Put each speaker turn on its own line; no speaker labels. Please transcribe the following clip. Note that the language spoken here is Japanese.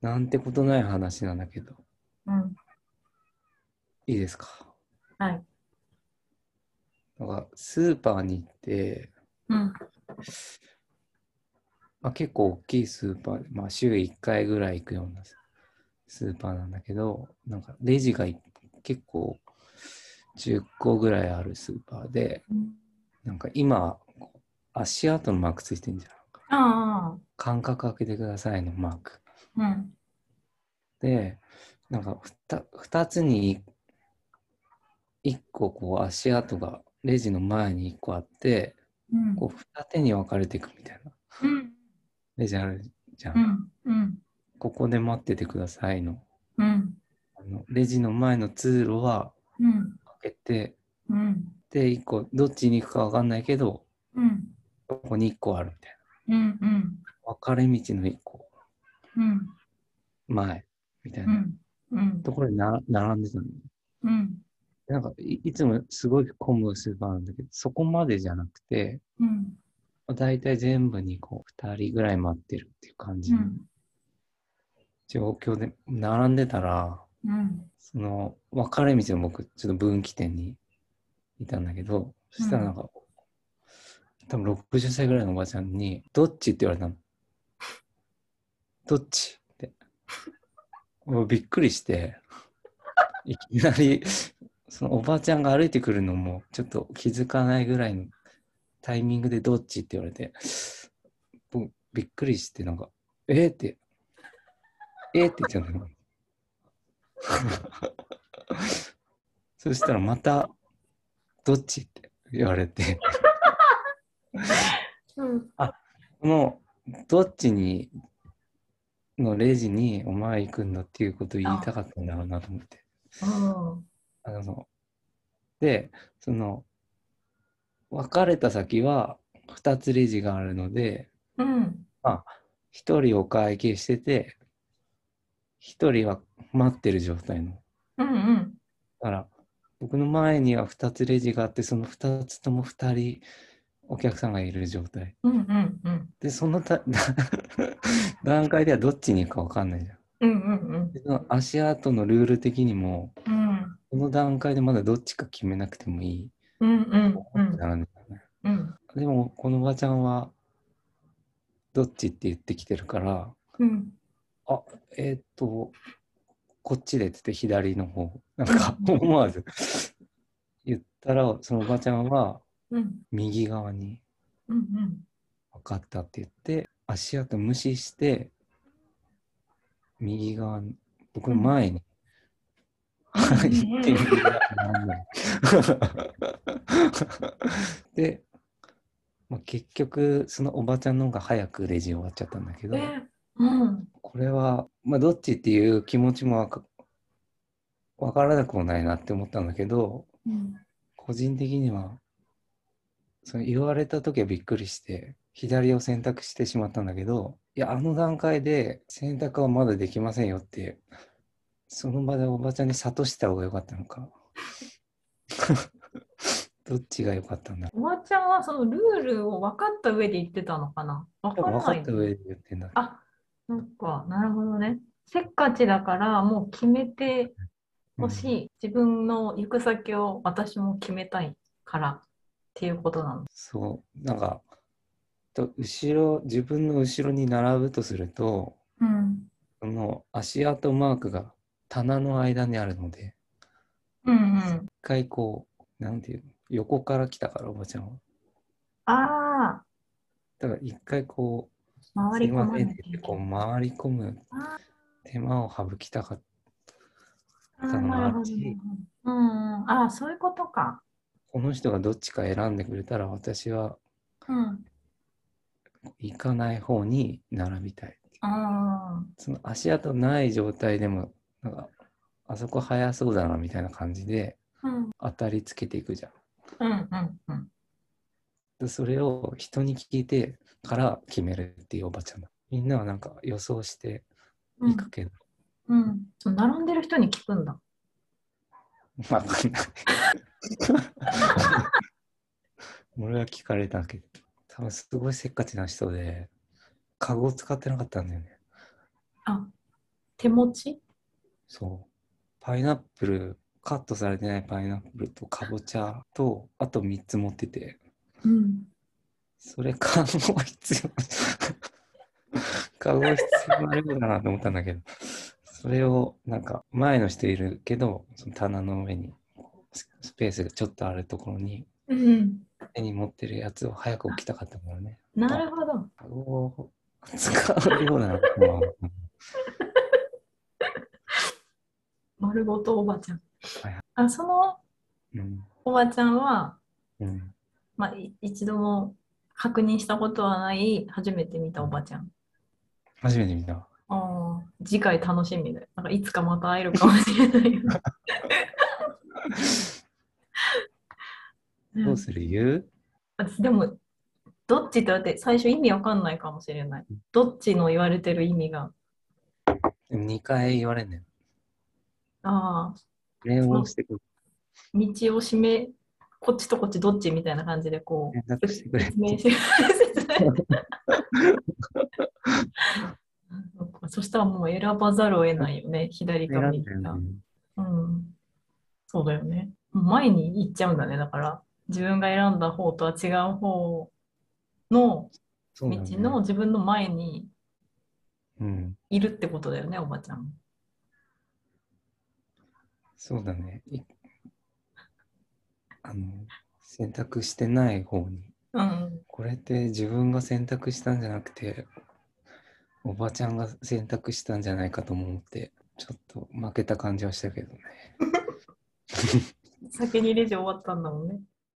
なんてことない話なんだけど、
うん。
いいですか。
はい。
なんか、スーパーに行って、
うん。
まあ、結構大きいスーパーで、まあ、週1回ぐらい行くようなススーパーなんだけど、なんか、レジがい結構10個ぐらいあるスーパーで、なんか今、足跡のマークついてんじゃん。
あ
間隔空けてくださいのマーク。
あ。うん。
で、なんかふた2つに1個こう足跡がレジの前に1個あって、
うん。
こう二手に分かれていくみたいな
うん。
レジあるじゃん。
うん。うん。
ここで待っててくださいの。
うん。
あのレジの前の通路は
うん。
開けて、
うん。
で、1個、どっちに行くか分かんないけど、
うん。
ここに1個あるみたい
うん。うん。
な。分かれ道の1個
うん。
前みたい
うん。う。
なん
うん。
ところにな並んでたの。
うん。
なんかい、いつもすごい混むスーパーなんだけど、そこまでじゃなくて、
うん。
だいたい全部にこう2人ぐらい待ってるっていう感じの状況で並んでたら、
うん。
その分かれ道の僕ちょっと分岐点にいたんだけどそしたらなんか、多分60歳ぐらいのおばちゃんに「どっち?」って言われたの。どっちって。もうびっくりしていきなりそのおばちゃんが歩いてくるのもちょっと気づかないぐらいのタイミングで「どっち?」って言われて僕びっくりしてなんか「えっ?」って「えっ?」って言っちゃったの。そしたらまた「どっち?」って言われて
うん。
この「どっちに」のレジに「お前行くんだ」っていうことを言いたかったんだろうなと思って。
あ
あのでその別れた先は2つレジがあるので
あ。うん。
1人お会計してて1人は待ってる状態の
うん。うん。
だから僕の前には2つレジがあってその2つとも2人お客さんがいる状態
うん。うん。うん。
でそのた 段階ではどっちに行くか分かんないじゃん
うん。うん。
でその足跡のルール的にも
うん。
この段階でまだどっちか決めなくてもいい
うん。うん。う
って
ん。
なるんだよね
うん。
でもこのおばちゃんはどっちって言ってきてるから
うん。
えーっとこっちでって言って左の方なんか思わず 言ったらそのおばちゃんは
うん。
右側に
うん。
分かったって言って足跡無視して右側に僕の前に入って右側に並んだの で、まあ、結局そのおばちゃんの方が早くレジ終わっちゃったんだけど
え、うん。
これは、まあ、どっちっていう気持ちもわかわからなくもないなって思ったんだけど
うん。
個人的にはその言われた時はびっくりして左を選択してしまったんだけどいやあの段階で選択はまだできませんよってその場でおばちゃんに諭した方が良かったのか どっちが良かったんだ
おばちゃんはそのルールを分かった上で言ってたのかな分
分
から
か
ない
った上で言ってんだ
あそっかなるほどねせっかちだからもう決めてほしい、自分の行く先を私も決めたいからっていうことなの
そうなんかと後ろ自分の後ろに並ぶとすると
うん
その足跡マークが棚の間にあるので
うんうん
一回こう、なんていうの、横から来たから、おばちゃんは。
ああ
だから一回こう、
回り込ます
いません
な
って
きゃ
言
い
って、
けない
こう回り込む
あ
手間を省きたかった
あー
のも
な
あ
るほ
る
ど
し
ねうんうんああそういうことか
この人がどっちか選んでくれたら、私は
うん
行かない方に並びたい。
あ
その足跡ない状態でも、なんか、あそこ早そうだなみたいな感じで
ーうん
当たりつけていくじゃん
うんうんうん
で。それを人に聞いてから決めるっていうおばちゃんだ。みんなはなんか予想して
う
い
ん
くけど、
うんその並んでる人に聞くんだ
わかんない。 俺は聞かれたけど、多分すごいせっかちな人で、カゴを使ってなかったんだよね。
あ、手持ち
そう。パイナップル、カットされてないパイナップルとかぼちゃと、あと3つ持ってて、
うん。
それ、カゴ必要、 カゴ必要な量だなと思ったんだけど、それをなんか前の人いるけど、その棚の上にススペースがちょっとあるところに
うん。
手に持ってるやつを早く置きたかったからね。
なるほど。
カゴを使うようなのは、
丸ごとおばちゃん
はいはい。
あ、その
うん、
おばちゃんは、
うん、
まあ、い一度も確認したことはない、初めて見たおばちゃん。
初めて見た。
ああ、次回楽しみだよ。なんかいつかまた会えるかもしれないよ。
ど
うん
うする言う
私でも、どっちって言われて、最初意味わかんないかもしれない。どっちの言われてる意味が。
でも ?2 回言われんねん。
ああ、
念を押してくる。
道を示め、こっちとこっちどっちみたいな感じでこう、
連絡してくれ
説明して説明そっかそしたらもう選ばざるを得ないよね、左か
選
右
んだよ
か。
ね
うん。そうだよね。前に行っちゃうんだね、だから。自分が選んだ方とは違う方の
そう
道
なんだよね
の自分の前に
うん、
いるってことだよね、おばちゃん。
そうだね。いあの、選択してない方に。
うん。
これって自分が選択したんじゃなくて、おばちゃんが選択したんじゃないかとも思って、ちょっと負けた感じはしたけどね。
先にレジ終わったんだもんね。